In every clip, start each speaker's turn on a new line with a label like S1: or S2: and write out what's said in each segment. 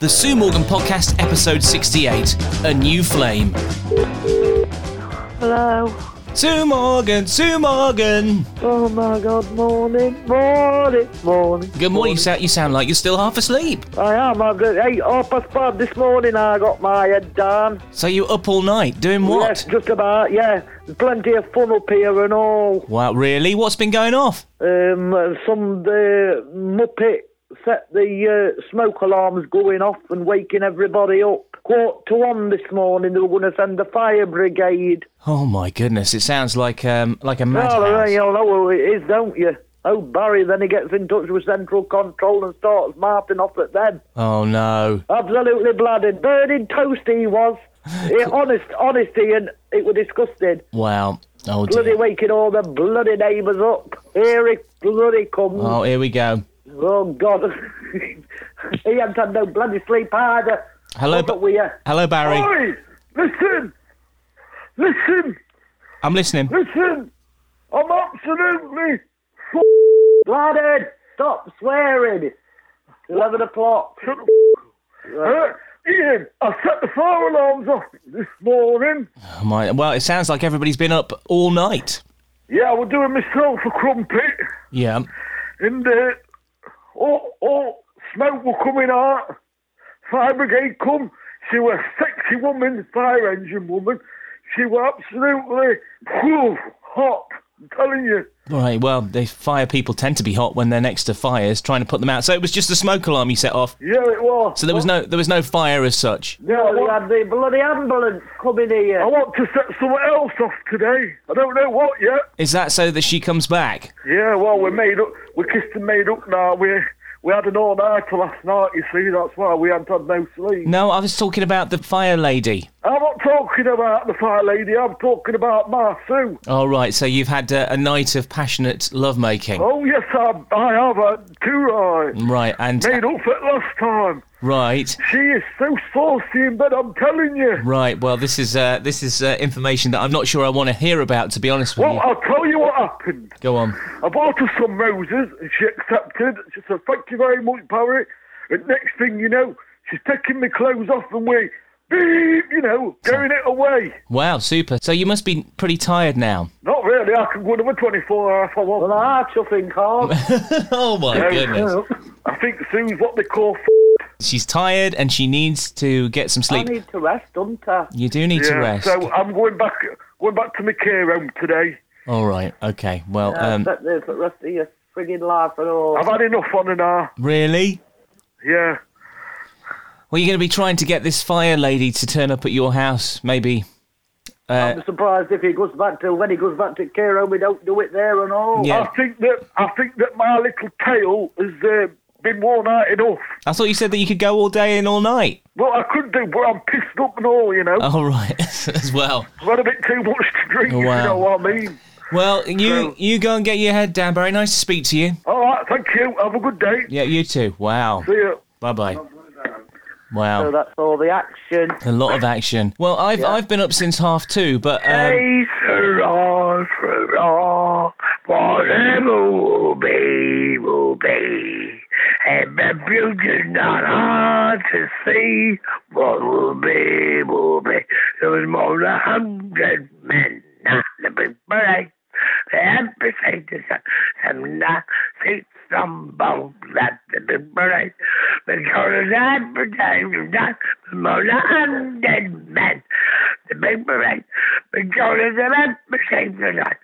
S1: The Sue Morgan Podcast, episode 68 A New Flame.
S2: Hello.
S1: Sue Morgan, Sue Morgan.
S2: Oh my God! Morning, morning, morning.
S1: Good morning. You sound, you sound like you're still half asleep.
S2: I am. I've got eight half past five this morning. I got my head down.
S1: So you're up all night doing what?
S2: Yes, just about. Yeah, plenty of fun up here and all.
S1: Wow, really? What's been going off?
S2: Um, some the muppet set the uh, smoke alarms going off and waking everybody up. Quarter to one this morning, they were going to send the fire brigade.
S1: Oh my goodness, it sounds like um like a
S2: Well, you
S1: madhouse.
S2: know who it is, don't you? Oh, Barry, then he gets in touch with Central Control and starts marping off at them.
S1: Oh no.
S2: Absolutely blooded, burning toasty he was. It, honest, honesty, and it was disgusting.
S1: Wow. Oh
S2: Bloody
S1: dear.
S2: waking all the bloody neighbours up. Here he bloody comes. Oh,
S1: Oh, here we go.
S2: God, he hadn't had no bloody sleep either.
S1: Hello,
S2: but
S1: ba-
S2: we uh,
S1: hello, Barry.
S2: Oi, listen, listen,
S1: I'm listening.
S2: listen. I'm absolutely f- blooded. Stop swearing. Eleven o'clock.
S3: Uh, Ian, I set the fire alarms off this morning.
S1: Oh, my. Well, it sounds like everybody's been up all night.
S3: Yeah, I was doing myself a crumpet,
S1: Yeah.
S3: and uh, all, all oh, smoke were coming out. Fire brigade come. She was a sexy woman, fire engine woman. She was absolutely phew, hot. I'm telling you.
S1: Right. Well, the fire people tend to be hot when they're next to fires, trying to put them out. So it was just the smoke alarm you set off.
S3: Yeah, it was.
S1: So there was no there was no fire as such.
S3: Yeah, I
S2: Oh, we
S3: want,
S2: had the bloody ambulance coming here.
S3: I want to set someone else off today. I don't know what yet.
S1: Is that so that she comes back?
S3: Yeah, well, we're made up. We're kissed and made up now. We we had an all-nighter last night, you see. That's why we hadn't had no sleep.
S1: No, I was talking about the fire lady.
S3: I'm not talking about the fire lady. I'm talking about my Sue.
S1: All right. So you've had uh, a night of passionate lovemaking.
S3: Oh, yes, I, I have had two right.
S1: Right. And uh,
S3: Made up for it last time.
S1: right.
S3: She is so saucy in bed, I'm telling you.
S1: Right. Well, this is uh, this is uh, information that I'm not sure I want to hear about. To be honest with
S3: Well,
S1: you.
S3: I'll tell you what happened.
S1: Go on.
S3: I bought her some roses, and she accepted. She said, "Thank you very much, Barry." And next thing you know, she's taking my clothes off and we, beep, you know, going it away.
S1: Wow. Super. So you must be pretty tired now.
S3: Not really. I can go another 24 hour if I
S2: Well,
S3: want.
S2: I Ah, chuffing can't.
S1: Oh my goodness.
S3: I think Sue's what they call. F-
S1: She's tired and she needs to get some
S2: I
S1: sleep.
S2: need to rest, don't I?
S1: You do need to
S3: yeah.
S1: rest.
S3: So I'm going back, going back to my care home today.
S1: All right. Okay. Well. Um,
S2: Set there for the rest of your frigging life and all.
S3: I've had enough on an hour.
S1: really.
S3: Yeah.
S1: Well, you're going to be trying to get this fire lady to turn up at your house, maybe. Uh,
S2: I'm surprised if he goes back to when he goes back to care home, we don't do it there and all.
S1: Yeah.
S3: I think that I think that my little tail has uh, been worn out enough.
S1: I thought you said that you could go all day and all night.
S3: Well, I could do, but I'm pissed up and all. You know,
S1: All right, as well.
S3: I've had a bit too much to drink. if
S1: Wow.
S3: You know what I mean?
S1: Well, you
S3: True.
S1: you go and get your head down, Barry. Nice to speak to you.
S3: All right. Thank you. Have a good day.
S1: Yeah, Um, you too. Wow.
S3: See you.
S1: Bye bye.
S2: So
S1: Wow,
S2: Oh, that's all the action.
S1: a lot of action. Well, I've I've been up since half two, but um,
S3: Hey, hurrah, hurrah, whatever will be, will be. And the future's not hard to see, what will be, will be. There was more than a hundred men, not the big parade. The amputators, some not feet from both, not the big parade. Because the amputators, not more than a hundred men the big parade, the Jonas and that mistake tonight.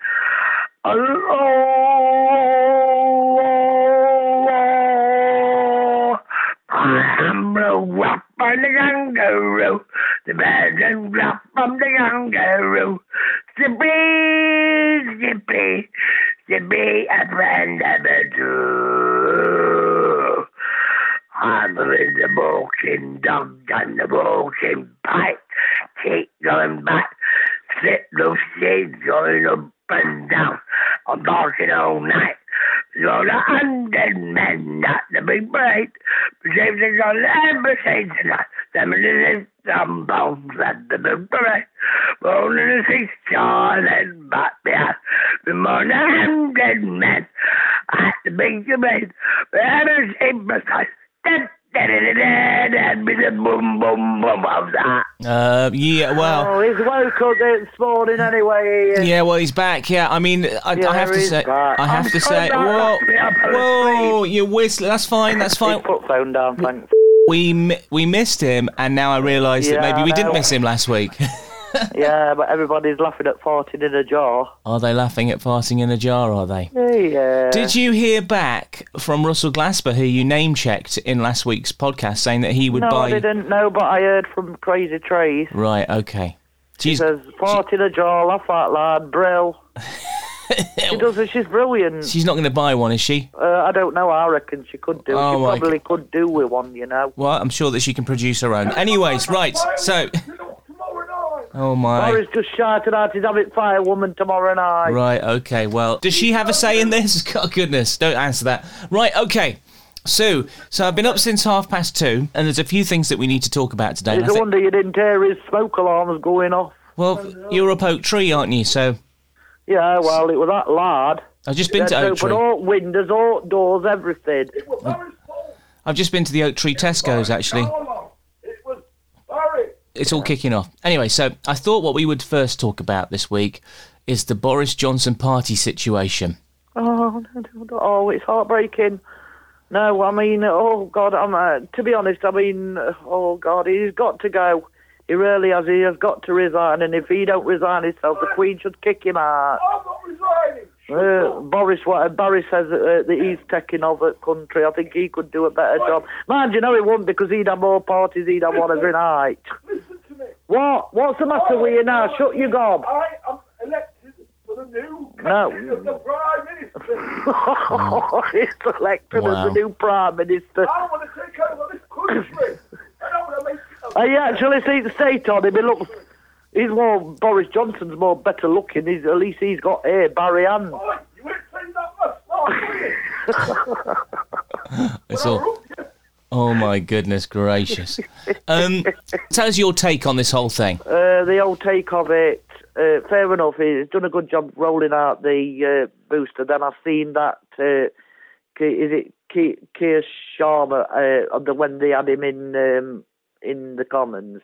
S3: Oh, I'm the rock from the kangaroo, the bad and rock from the kangaroo. Zippy, zippy, zippy, a friend of a Jew. I'm in the walking dog and the walking pipe. Keep going back. Flip those shades going up and down. I'm barking all night. You're the undead men, not the big brain. James is on every stage tonight. Them in the some bones at the big brain. Bone in the six Charlotte back there. The more than a hundred men at the big brain. Every same precise. Step That'd be the boom, boom, boom of that.
S1: Uh, yeah, well,
S2: Oh, he's woke up this morning anyway. Ian.
S1: yeah, well, he's back. Yeah, I mean, I, I
S2: Yeah,
S1: have to
S2: he's
S1: say,
S2: back.
S1: I have
S3: I'm
S1: to say,
S3: sorry,
S1: whoa,
S3: I'm asleep.
S1: whoa, you're whistling. That's fine. That's
S2: He
S1: fine.
S2: put phone down, thanks.
S1: We mi- we missed him, and now I realise that
S2: Yeah,
S1: maybe we
S2: I
S1: didn't
S2: know.
S1: miss him last week.
S2: yeah, but everybody's laughing at 14 in a jar.
S1: are they laughing at farting in a jar? Are they?
S2: Yeah.
S1: Did you hear back from Russell Glasper, who you name checked in last week's podcast, saying that he would
S2: No, I
S1: buy?
S2: didn't know, but I heard from Crazy Trace.
S1: Right. Okay.
S2: She
S1: She's,
S2: says, fart in a jar, laugh out loud, brill. she does it, she's brilliant.
S1: she's not going to buy one, is she?
S2: Uh, I don't know, I reckon she could do.
S1: Oh, my
S2: she probably could do with one, you know.
S1: Well, I'm sure that she can produce her own. Anyways, right. So, oh my.
S2: Boris just shouted out he's having Fire Woman tomorrow night.
S1: Right. Okay. Well, does she have a say in this? God, goodness. Don't answer that. Right. Okay. Sue. So I've been up since half past two, and there's a few things that we need to talk about today. and I
S2: It's a
S1: think-
S2: wonder you didn't hear his smoke alarms going off.
S1: well, you're up oak tree, aren't you? So
S2: Yeah, well, it was that lad.
S1: I've just been to
S2: That's
S1: oak tree.
S2: open all windows, all doors, everything.
S1: I've just been to the Oak Tree Tesco's actually. It's all kicking off. Anyway, so I thought what we would first talk about this week is the Boris Johnson party situation.
S2: Oh, no, no, no. oh, it's heartbreaking. No, I mean, oh God, I'm. Uh, to be honest, I mean, oh God, he's got to go. He really has. He has got to resign, and if he don't resign himself, the Queen should kick him out. Uh, Boris, what Boris says uh, that he's taking over the country. I think he could do a better job. Mind you, no, he won't because he'd have more parties. He'd have one every night.
S4: Listen to me.
S2: What? What's the matter with you now? Shut your gob.
S4: I am elected for the new
S2: No.
S4: country of the Prime Minister.
S2: He's elected
S1: Wow.
S2: as the new prime minister.
S4: I want to take over this country. And I want to make it
S2: I actually see the state on him. He looks. He's more Boris Johnson's more better looking. He's at least he's got hair, Barry Ann.
S4: Oi, you ain't saying that much last week.
S1: It's all. Oh my goodness gracious! Um, tell us your take on this whole thing.
S2: Uh, the old take of it. Uh, fair enough. He's done a good job rolling out the uh, booster. Then I've seen that. Uh, Ki- is it Ki- Keir Sharma uh, on the, when they had him in um, in the Commons?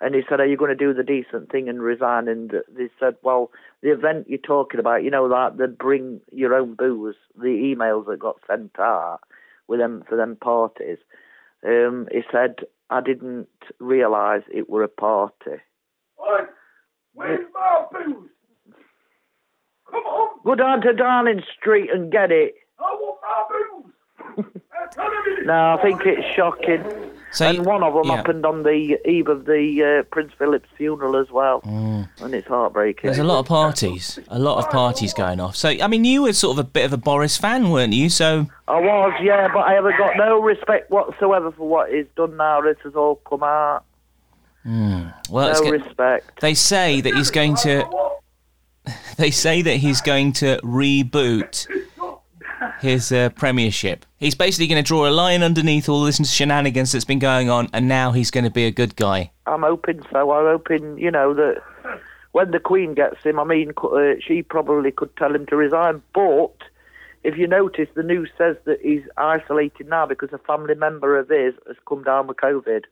S2: And he said, "Are you going to do the decent thing and resign?" And they said, "Well, the event you're talking about, you know that they bring your own booze. The emails that got sent out with them for them parties." Um, he said, "I didn't realise it were a party."
S4: Oi, where's my booze? Come on,
S2: Go down to Darling Street and get it.
S4: I want my booze. Now tell him it is.
S2: No, I think it's shocking.
S1: So
S2: and one of them
S1: yeah.
S2: happened on the eve of the uh, Prince Philip's funeral as well, and it's heartbreaking.
S1: Mm. There's a lot of parties, a lot of parties going off. So I mean, you were sort of a bit of a Boris fan, weren't you? So
S2: I was, yeah, but I haven't got no respect whatsoever for what he's done now. This has all come out.
S1: well, it's go-
S2: No respect.
S1: they say that he's going to. They say that he's going to reboot his uh, premiership. He's basically going to draw a line underneath all this shenanigans that's been going on, and now he's going to be a good guy.
S2: I'm hoping so. I'm hoping, you know, that when the Queen gets him, I mean, co- uh, she probably could tell him to resign. But if you notice, the news says that he's isolated now because a family member of his has come down with COVID.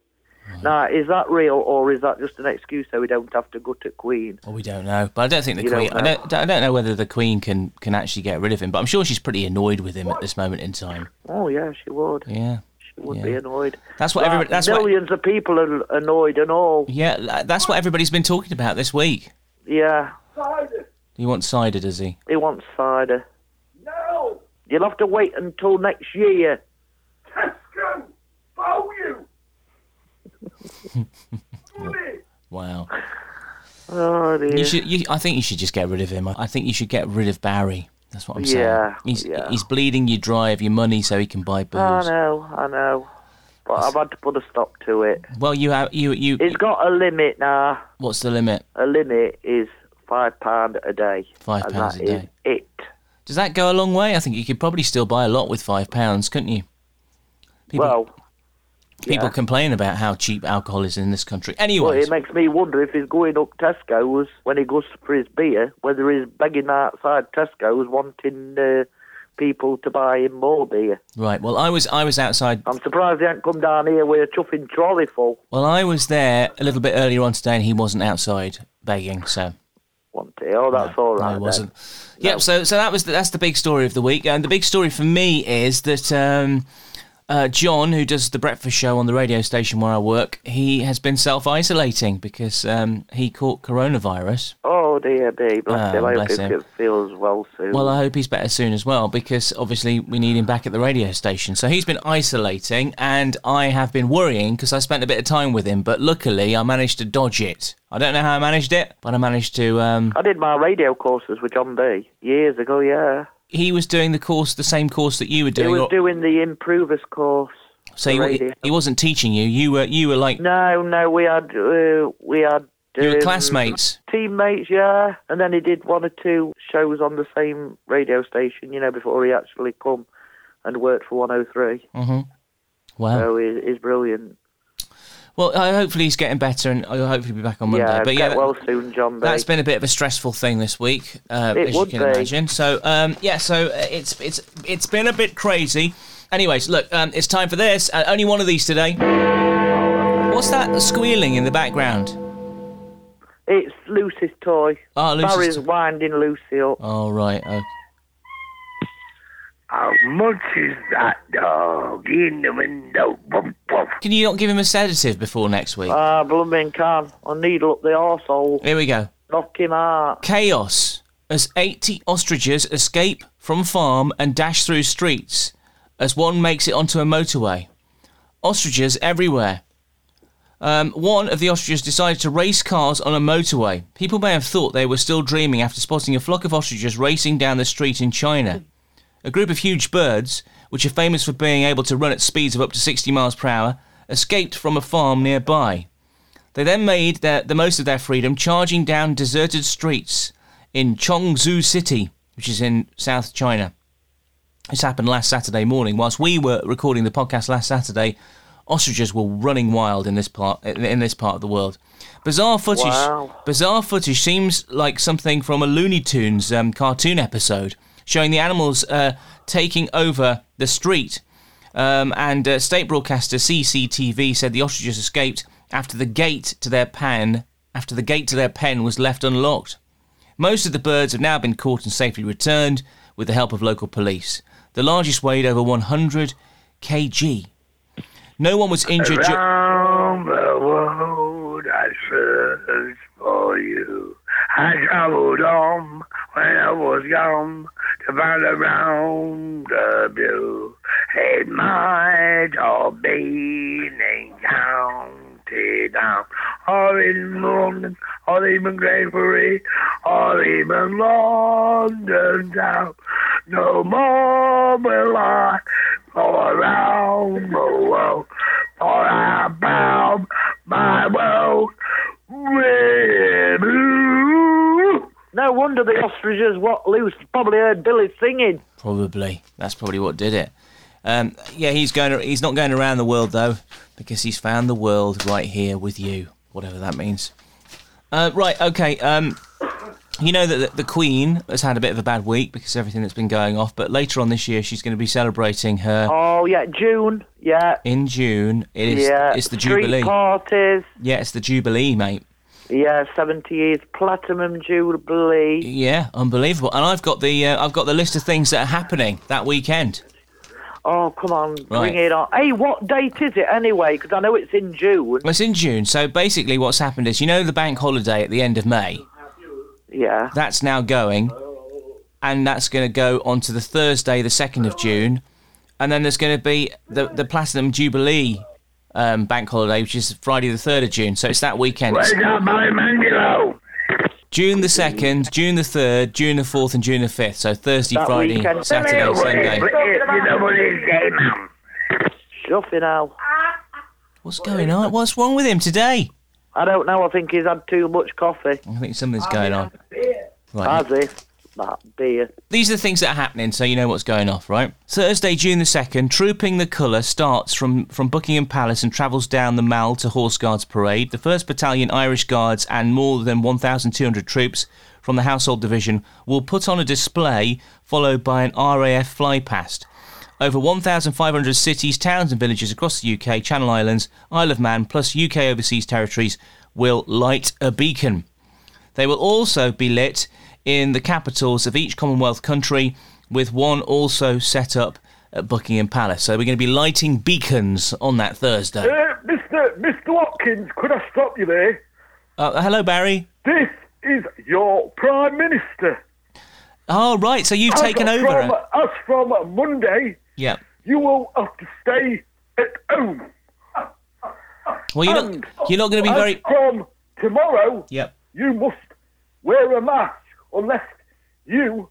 S2: Now, is that real or is that just an excuse so we don't have to go to Queen?
S1: Well, we don't know, but I don't think the
S2: You
S1: Queen.
S2: don't
S1: I don't. I don't know whether the Queen can can actually get rid of him, but I'm sure she's pretty annoyed with him at this moment in time.
S2: Oh, yeah, she would.
S1: Yeah.
S2: She would
S1: yeah.
S2: be annoyed.
S1: That's what
S2: Right,
S1: everybody. That's what.
S2: millions of people are annoyed and all.
S1: Yeah, tha- that's what everybody's been talking about this week.
S2: Yeah,
S4: Decided.
S1: He wants cider, does he?
S2: he wants cider.
S4: Now,
S2: You'll have to wait until next year.
S4: Tesco, bow you. Money.
S1: Wow.
S2: Oh, dear.
S1: You should. You, I think you should just get rid of him. I I think you should get rid of Barry. That's what I'm saying.
S2: Yeah,
S1: He's,
S2: yeah. Oh,
S1: he's bleeding you dry of your money so he can buy booze.
S2: I know, I know. But I've had to put a stop to it.
S1: Well, you have you you.
S2: It's got a limit now.
S1: what's the limit?
S2: A limit is five pound a day.
S1: Five
S2: and
S1: pounds
S2: that
S1: a
S2: is
S1: day.
S2: it.
S1: Does that go a long way? I think you could probably still buy a lot with five pounds, couldn't you? People,
S2: Well,
S1: people
S2: yeah.
S1: complain about how cheap alcohol is in this country. Anyway,
S2: well, it makes me wonder if he's going up Tesco's when he goes for his beer, whether he's begging outside Tesco's wanting uh, people to buy him more beer.
S1: Right. Well, I was I was outside.
S2: I'm surprised he hadn't come down here with a chuffing trolley full.
S1: Well, I was there a little bit earlier on today, and he wasn't outside begging. So
S2: One day. Oh, that's all right.
S1: I
S2: then.
S1: wasn't. Yep. So so that was the, that's the big story of the week, and the big story for me is that um, uh, John, who does the breakfast show on the radio station where I work, he has been self isolating because um, he caught coronavirus.
S2: Oh dear, dear, bless
S1: Oh,
S2: him. I hope
S1: bless
S2: he
S1: him.
S2: feels well soon.
S1: Well, I hope he's better soon as well because obviously we need him back at the radio station. So he's been isolating, and I have been worrying because I spent a bit of time with him, but luckily I managed to dodge it. I don't know how I managed it, but I managed to. Um,
S2: I did my radio courses with John B years ago. Yeah,
S1: he was doing the course, the same course that you were
S2: he
S1: doing.
S2: was
S1: or-
S2: doing the improvers course.
S1: so
S2: the
S1: he,
S2: radio.
S1: he wasn't teaching you. You were you were like
S2: No, no, we had uh, we had
S1: you were
S2: um,
S1: classmates.
S2: teammates. Yeah, and then he did one or two shows on the same radio station. You know, before he actually come and worked for 103.
S1: Oh. Wow.
S2: So he, he's brilliant.
S1: Well, uh, hopefully he's getting better, and I'll hopefully be back on Monday.
S2: yeah,
S1: but
S2: get
S1: yeah, that-
S2: well soon, John B.
S1: That's been a bit of a stressful thing this week, uh,
S2: It
S1: as you
S2: would
S1: can
S2: be.
S1: imagine. So um, yeah, so uh, it's it's it's been a bit crazy. Anyways, look, um, it's time for this. Uh, only one of these today. What's that squealing in the background?
S2: It's Lucy's toy.
S1: Ah, Lucy's
S2: Barry's
S1: toy.
S2: winding Lucy up.
S1: Oh right, oh,
S3: How much is that dog in the window? Woof, woof.
S1: can you not give him a sedative before next week?
S2: Ah, blooming can. I needle up the arsehole.
S1: Here we go.
S2: Knock him out.
S1: Chaos as 80 ostriches escape from farm and dash through streets as one makes it onto a motorway. Ostriches everywhere. Um, one of the ostriches decided to race cars on a motorway. People may have thought they were still dreaming after spotting a flock of ostriches racing down the street in China. A group of huge birds, which are famous for being able to run at speeds of up to 60 miles per hour, escaped from a farm nearby. They then made their, the most of their freedom, charging down deserted streets in Chongzhou City, which is in South China. This happened last Saturday morning. Whilst we were recording the podcast last Saturday, ostriches were running wild in this part in- in this part of the world. Bizarre footage.
S2: Wow.
S1: Bizarre footage seems like something from a Looney Tunes um, cartoon episode, showing the animals uh, taking over the street. Um, and uh, state broadcaster CCTV said the ostriches escaped after the gate to their pen after the gate to their pen was left unlocked. Most of the birds have now been caught and safely returned with the help of local police. The largest weighed over 100 kg. No one was injured. Ju-
S3: Around the world I searched for you. I traveled on when I was young to find around the blue. It might have been in county down, or in London, or even Gravebury, or even London town. No more will I go around the world, for I found my world with you.
S2: No wonder the ostriches what loose. Probably heard Billy singing.
S1: Probably. That's probably what did it. Um, yeah, he's going. he's not going around the world though, because he's found the world right here with you, whatever that means. Uh, right. Okay. Um, you know that the- the Queen has had a bit of a bad week because of everything that's been going off. But later on this year, she's going to be celebrating her
S2: Oh yeah, June. Yeah,
S1: in June. It is.
S2: yeah.
S1: It's the
S2: Street
S1: Jubilee.
S2: parties.
S1: Yeah, it's the Jubilee, mate.
S2: Yeah, seventy years platinum jubilee.
S1: Yeah, unbelievable. And I've got the uh, I've got the list of things that are happening that weekend.
S2: Oh come on,
S1: Right.
S2: bring it on. Hey, what date is it anyway? Because I know it's in June.
S1: Well, it's in June. So basically, what's happened is you know the bank holiday at the end of May.
S2: Yeah.
S1: That's now going, and that's going to go on to the Thursday, the second of June, and then there's going to be the the Platinum Jubilee um, bank holiday, which is Friday, the third of June. So it's that weekend. It's
S3: Where's that Barry Manilow?
S1: June the second, June the third, June the fourth, and June the fifth. So Thursday,
S2: That
S1: Friday,
S2: weekend.
S1: Saturday, Sunday.
S3: You know what it is, eh, ma'am?
S2: Shuffing now.
S1: What's going on? What's wrong with him today? Mm-hmm.
S2: I don't know. I think he's had too much coffee.
S1: I think something's going on.
S2: Has
S1: Right.
S2: he? that beer.
S1: These are the things that are happening, so you know what's going off, right? Thursday, June the 2nd, Trooping the Colour starts from, from Buckingham Palace and travels down the Mall to Horse Guards Parade. The 1st Battalion Irish Guards and more than 1,200 troops from the Household Division will put on a display followed by an RAF flypast. Over 1,500 cities, towns, and villages across the UK, Channel Islands, Isle of Man, plus UK overseas territories will light a beacon. They will also be lit in the capitals of each Commonwealth country, with one also set up at Buckingham Palace. So we're going to be lighting beacons on that Thursday.
S5: Uh, Mr. Mr. Watkins, could I stop you there?
S1: Uh, hello, Barry.
S5: This is your Prime Minister.
S1: Oh, right. So you've taken
S5: as
S1: over.
S5: From, as from Monday,
S1: yeah.
S5: you will have to stay at home.
S1: Well, you're
S5: and-
S1: not, you're not going to be
S5: As
S1: very.
S5: from tomorrow,
S1: Yep.
S5: you must wear a mask unless you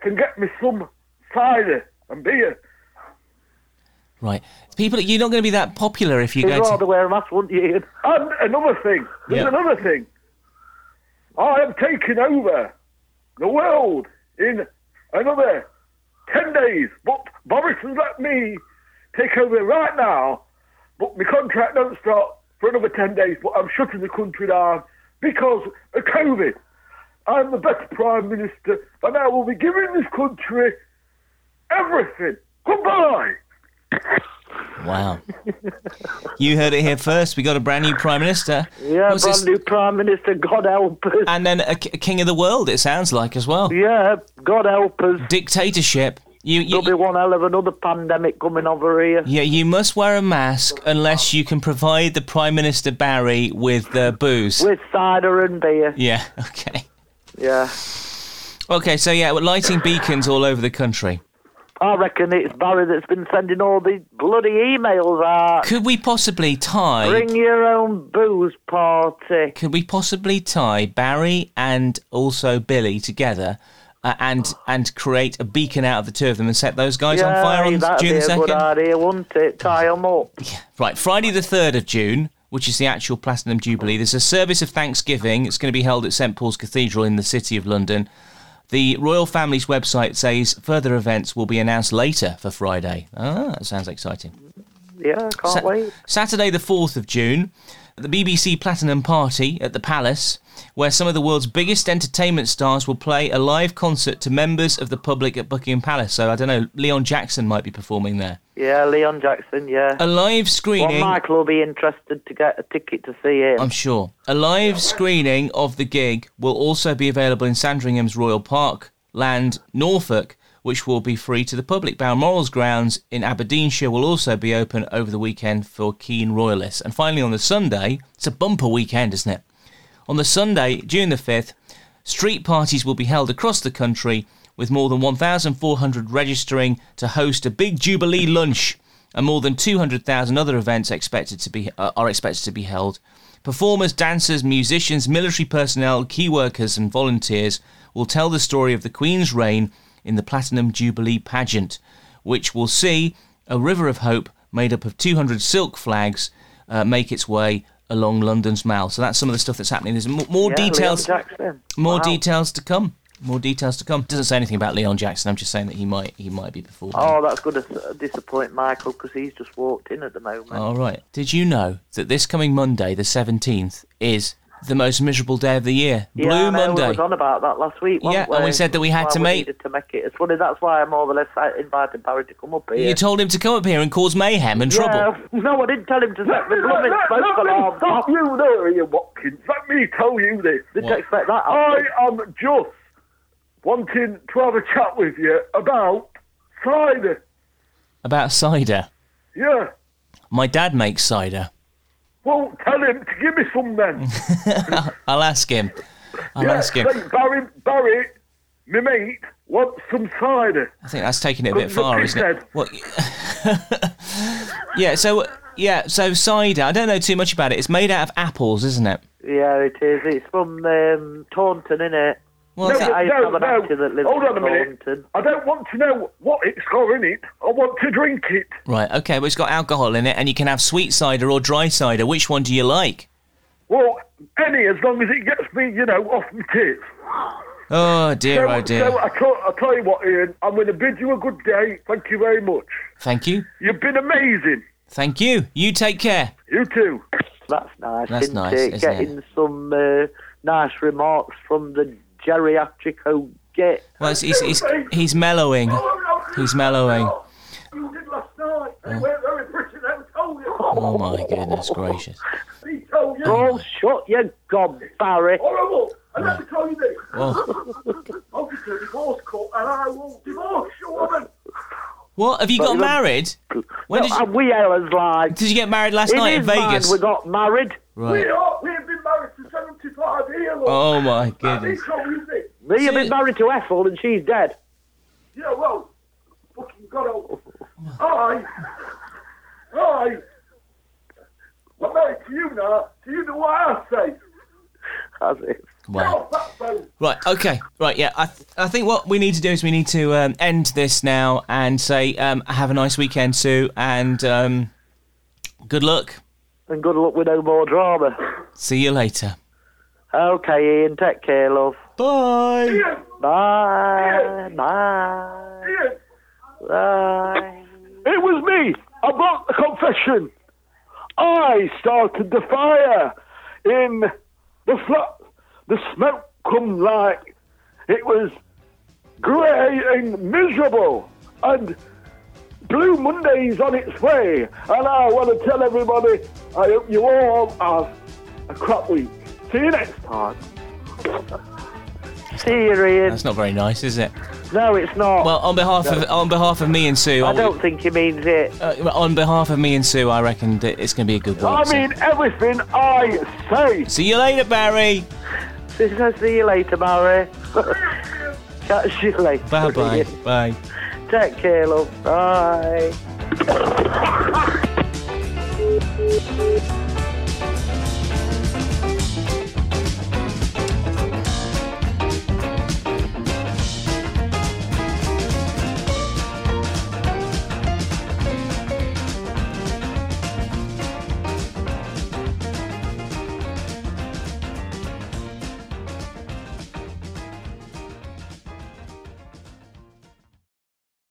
S5: can get me some cider and beer.
S1: Right. People, you're not going to be that popular if you
S2: You'd
S1: go to.
S2: rather wear a mask, wouldn't you? Ian?
S5: And another thing, there's
S1: Yeah.
S5: another thing. I am taking over the world in another 10 days, but Boris has let me take over right now, but my contract don't start for another 10 days, but I'm shutting the country down because of COVID. I'm the best Prime Minister, and I will be giving this country everything. Goodbye!
S1: Wow. you heard it here first. We got a brand new Prime Minister.
S2: Yeah,
S1: Was
S2: brand
S1: this-
S2: new Prime Minister, God help us.
S1: And then a, k- a King of the World, it sounds like as well.
S2: yeah, God help us.
S1: Dictatorship. You, you,
S2: There'll be one hell of another pandemic coming over here.
S1: Yeah, you must wear a mask unless you can provide the Prime Minister Barry with the booze.
S2: With cider and beer.
S1: Yeah, okay.
S2: Yeah.
S1: Okay, so yeah, we're lighting beacons all over the country.
S2: I reckon it's Barry that's been sending all these bloody emails out.
S1: Could we possibly tie
S2: Bring your own booze party.
S1: could we possibly tie Barry and also Billy together? Uh, and and create a beacon out of the two of them and set those guys on fire on
S2: that'd
S1: June
S2: be
S1: the
S2: a good
S1: second.
S2: idea, wouldn't it? Tie 'em up.
S1: Right, Friday the 3rd of June, which is the actual Platinum Jubilee, there's a service of thanksgiving. It's going to be held at St Paul's Cathedral in the City of London. The royal family's website says further events will be announced later for Friday. Ah, that sounds exciting.
S2: Yeah, can't
S1: Sa-
S2: wait.
S1: Saturday, the 4th of June, the BBC Platinum Party at the Palace, where some of the world's biggest entertainment stars will play a live concert to members of the public at Buckingham Palace. So, I don't know, Leon Jackson might be performing there.
S2: Yeah, Leon Jackson, yeah.
S1: A live
S2: well,
S1: screening.
S2: Michael will be interested to get a ticket to see him.
S1: I'm sure. A live screening of the gig will also be available in Sandringham's Royal Park, Land, Norfolk, which will be free to the public. Balmoral's grounds in Aberdeenshire will also be open over the weekend for keen royalists. And finally, on the Sunday, it's a bumper weekend, isn't it? On the Sunday, June the 5th, street parties will be held across the country with more than 1,400 registering to host a big Jubilee lunch and more than 200,000 other events expected to be uh, are expected to be held. Performers, dancers, musicians, military personnel, key workers and volunteers will tell the story of the Queen's reign in the Platinum Jubilee pageant, which will see a river of hope made up of 200 silk flags uh, make its way along London's Mall. So that's some of the stuff that's happening. There's m- more
S2: yeah,
S1: details.
S2: Leon Jackson.
S1: More
S2: Wow.
S1: details to come. More details to come. Doesn't say anything about Leon Jackson. I'm just saying that he might he might be performing.
S2: Oh, that's going to disappoint Michael because he's just walked in at the moment.
S1: All right. Did you know that this coming Monday, the 17th, is the most miserable day of the year?
S2: yeah,
S1: Blue
S2: I know,
S1: Monday.
S2: We was on about that last week, weren't
S1: Yeah, and we said that we had
S2: Why
S1: to make-
S2: needed to make it. It's funny. That's why I more or less uh, invited Barry to come up here.
S1: You told him to come up here and cause mayhem and trouble.
S2: Yeah, no, I didn't tell him to set the blooming
S5: let,
S2: smoke
S5: me
S2: alarm
S5: stop
S2: off.
S5: you there, Ian Watkins. Let me tell you this.
S2: Didn't expect that.
S5: I am just wanting to have a chat with you about cider.
S1: About cider.
S5: Yeah.
S1: My dad makes cider.
S5: Well, tell him to give me some then.
S1: I'll ask him. I'll
S5: yeah.
S1: ask him.
S5: say, Barry, Barry, my mate, wants some cider.
S1: I think that's taking it a bit
S5: Good
S1: far,
S5: looking
S1: isn't it?
S5: head.
S1: What? yeah. So yeah. So cider. I don't know too much about it. It's made out of apples, isn't it?
S2: Yeah, it is. It's from um, Taunton, innit?
S1: Well,
S5: No,
S1: I think-
S2: I used to
S5: no,
S2: have an
S5: no.
S2: auntie that lived
S5: Hold
S2: in
S5: on a minute.
S2: Taunton.
S5: I don't want to know what it's got in it. I want to drink it.
S1: right. Okay. Well, it's got alcohol in it, and you can have sweet cider or dry cider. Which one do you like?
S5: Well, any, as long as it gets me, you know, off my tits.
S1: Oh dear, oh dear.
S5: So I, tell, I tell you what, Ian, I'm going to bid you a good day. Thank you very much.
S1: Thank you.
S5: You've been amazing.
S1: Thank you. You take care.
S5: You too.
S2: That's nice.
S1: That's
S2: isn't
S1: nice,
S2: it?
S1: isn't
S2: Getting some uh, nice remarks from the geriatric who get.
S1: Well, it's, he's, he's, he's mellowing. He's mellowing.
S4: You did last night. They weren't very pretty. They were told you.
S1: Oh my goodness gracious.
S4: He told you.
S2: Oh, shut your gob, Barry.
S4: Horrible. And let me tell you this.
S1: Oh.
S4: I'll get a divorce court and I will divorce your woman.
S1: What? Have you got
S2: you don't-
S1: married? When
S2: No,
S1: did you,
S2: and we Ellen's like.
S1: did you get married last
S2: In
S1: night in
S2: his mind,
S1: Vegas?
S2: we got married.
S1: Right.
S4: We are. We have been married for 75 years. look.
S1: Oh my
S4: Let me
S1: goodness.
S4: tell you this.
S2: Me, have
S1: See-
S2: been married to Ethel and she's dead.
S4: Yeah, well, fucking God, oh, I, I, I'm married to you now. Do you know what I say?
S2: That's it.
S1: Wow.
S4: Oh, that's very
S1: Right. Okay. Right. Yeah. I, th- I think what we need to do is we need to um, end this now and say um, have a nice weekend, Sue, and um, good luck.
S2: And good luck with no more drama.
S1: See you later.
S2: Okay, Ian, take care, love.
S1: Bye.
S4: Ian,
S2: Bye. Bye.
S4: Ian,
S2: Bye.
S5: It was me. I brought the confession. I started the fire in the flat. The smoke come like it was grey and miserable. And Blue Monday's on its way. And I want to tell everybody I hope you all have a crap week. See you next time.
S2: See you, Ian.
S1: That's not very nice, is it?
S2: No, it's not.
S1: Well, on behalf of on behalf of me and Sue,
S2: I
S1: I-
S2: don't think he means it.
S1: uh, on behalf of me and Sue, I reckon that it's going to be a good one.
S5: I
S1: So-
S5: mean everything I say.
S1: See you later, Barry.
S2: See you later, Barry. Catch you later.
S1: Bye bye. Bye.
S2: Take care, love. Bye.